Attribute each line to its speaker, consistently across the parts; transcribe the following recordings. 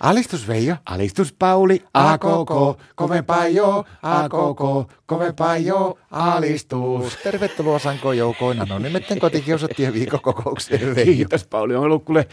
Speaker 1: Alistus Veijo,
Speaker 2: Alistus Pauli,
Speaker 1: a koko, kovempaa jo, a koko, kovempaa jo, alistus. Tervetuloa Sankoon joukoina, no nimetten kotikiusattien
Speaker 2: Niin
Speaker 1: viikkokokoukseen Veijo.
Speaker 2: Kiitos Pauli, on ollut kuule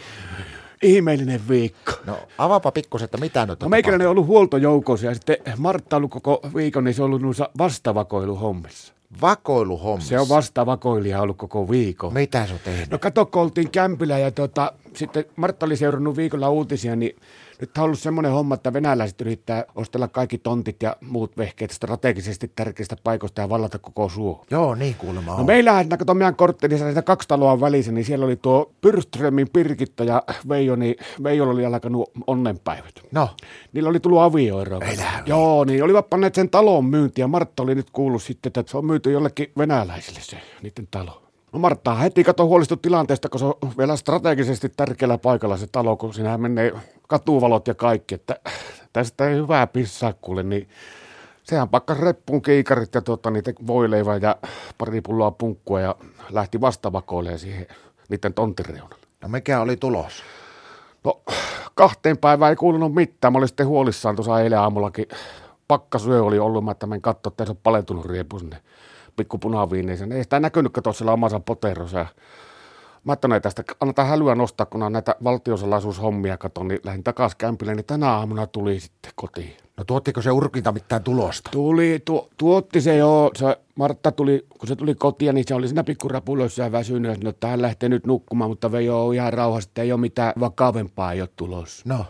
Speaker 2: ihmeellinen viikko.
Speaker 1: No avaapa pikkusen, että mitä nyt
Speaker 2: No
Speaker 1: on
Speaker 2: meikäläinen on ollut huoltojoukossa ja sitten Martta on ollut koko viikon, niin se on ollut noissa vastavakoiluhommissa.
Speaker 1: tapahtunut? Vakoiluhommissa.
Speaker 2: Se on vastavakoilija ollut koko viikon.
Speaker 1: Mitä sä oot tehnyt?
Speaker 2: No kato, kun oltiin kämpillä ja tota, sitten Martta oli seurannut viikolla uutisia, niin nyt on ollut semmoinen homma, että venäläiset yrittää ostella kaikki tontit ja muut vehkeet strategisesti tärkeistä paikoista ja vallata koko Suomi.
Speaker 1: Joo, niin kuulemma on.
Speaker 2: No meillähän, no kato meidän korttelissa niitä kaksi taloa välissä, niin siellä oli tuo Pyrströmin Pirkitta ja Veijo, niin Veijolla oli alkanut onnenpäivät.
Speaker 1: no.
Speaker 2: Niillä oli tullut avioero.
Speaker 1: Elä-
Speaker 2: Joo, niin olivat panneet sen talon myyntiin ja Martta oli nyt kuullut sitten, että se on myyty jollekin venäläisille se niiden talo. No Martta heti kato huolestui tilanteesta, kun se on vielä strategisesti tärkeällä paikalla se talo, kun sinähän menee katuvalot ja kaikki, että tästä ei hyvää pissaa kuule, niin sehän pakkas reppuun kiikarit ja tuota, niitä voileivää ja pari pulloa punkkua ja lähti vastavakoilemaan siihen niiden tontireunalle.
Speaker 1: no mikä oli tulos?
Speaker 2: No kahteen päivään ei kuulunut mitään. Mä olin sitten huolissaan tuossa eilen aamullakin. Pakkasyö oli ollut, mä että menen katsoa, että ei se ole palentunut riepu sinne pikku punaviineeseen. Ei sitä näkynyt kato siellä omassa poterossa. Ja Mä että no ei tästä annetaan hälyä nostaa, kun on näitä valtiosalaisuushommia katon, niin lähdin takaisin kämpille, niin tänä aamuna tuli sitten kotiin.
Speaker 1: No tuottiko se urkinta mitään tulosta?
Speaker 2: Tuli, tu, tuotti se joo. Se Martta tuli, kun se tuli kotiin, niin se oli siinä pikkurapuloissa ja väsynyt. Ja sanoi, että hän lähtee nyt nukkumaan, mutta Veijo on ihan rauhassa, että ei ole mitään vakavempaa ei ole tulossa.
Speaker 1: No.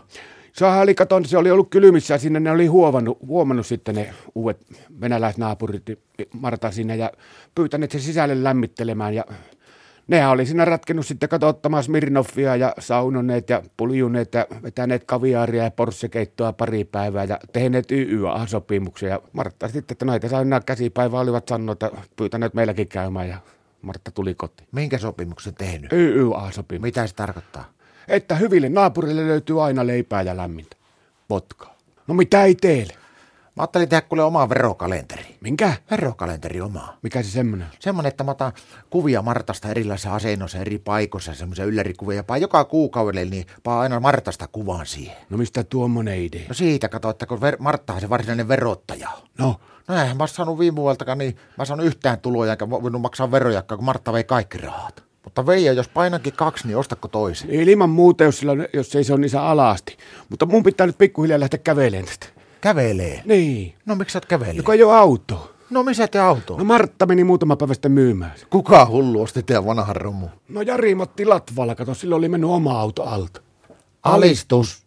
Speaker 2: Sehän oli, katon, se oli ollut kylmissä ja sinne ne oli huomannut, huomannut sitten ne uudet venäläisnaapurit, niin Marta sinne, ja pyytäneet se sisälle lämmittelemään. Ja nehän oli siinä ratkennut sitten kato ottamaan Smirnoffia ja saunoneet ja puljuneet ja vetäneet kaviaaria ja porssekeittoa pari päivää ja tehneet YYA-sopimuksia. Ja Martta sitten, että näitä saa enää käsipäivää, olivat sanoneet, että pyytäneet meilläkin käymään ja Martta tuli kotiin.
Speaker 1: Minkä sopimuksen tehnyt?
Speaker 2: YYA-sopimus
Speaker 1: Mitä se tarkoittaa?
Speaker 2: että hyville naapureille löytyy aina leipää ja lämmintä. Potkaa. No mitä ei teille?
Speaker 1: Mä ajattelin tehdä kuule omaa verokalenteri.
Speaker 2: Minkä?
Speaker 1: Verokalenteri omaa.
Speaker 2: Mikä se semmoinen? on?
Speaker 1: Semmoinen, että mä otan kuvia Martasta erilaisissa asennoissa eri paikoissa, semmoisia yllärikuvia. Ja paan joka kuukaudelle, niin paan aina Martasta kuvan siihen.
Speaker 2: No mistä tuommoinen idea?
Speaker 1: No siitä kato, että kun ver- Marttahan se varsinainen verottaja on.
Speaker 2: No,
Speaker 1: No eihän mä ois saanut viime vuodeltakaan, niin mä en saanut yhtään tuloja, enkä mä voinut maksaa verojakkaa, kun Martta vei kaikki rahat. Mutta Veijo, jos painankin kaksi, niin ostako toisen?
Speaker 2: ei ilman muuta, jos, sillä, on- jos ei se ole niin se alasti. Mutta mun pitää nyt pikkuhiljaa lähteä kävelemään tästä.
Speaker 1: Kävelee.
Speaker 2: Niin.
Speaker 1: No miksi sä oot kävelee?
Speaker 2: Joka ei ole auto.
Speaker 1: No missä te auto?
Speaker 2: No Martta meni muutama päivä sitten myymään. sen.
Speaker 1: Kuka hullu osti teidän vanhan romu?
Speaker 2: No Jari Matti Latvala, kato, sillä oli mennyt oma auto alta.
Speaker 1: Alistus.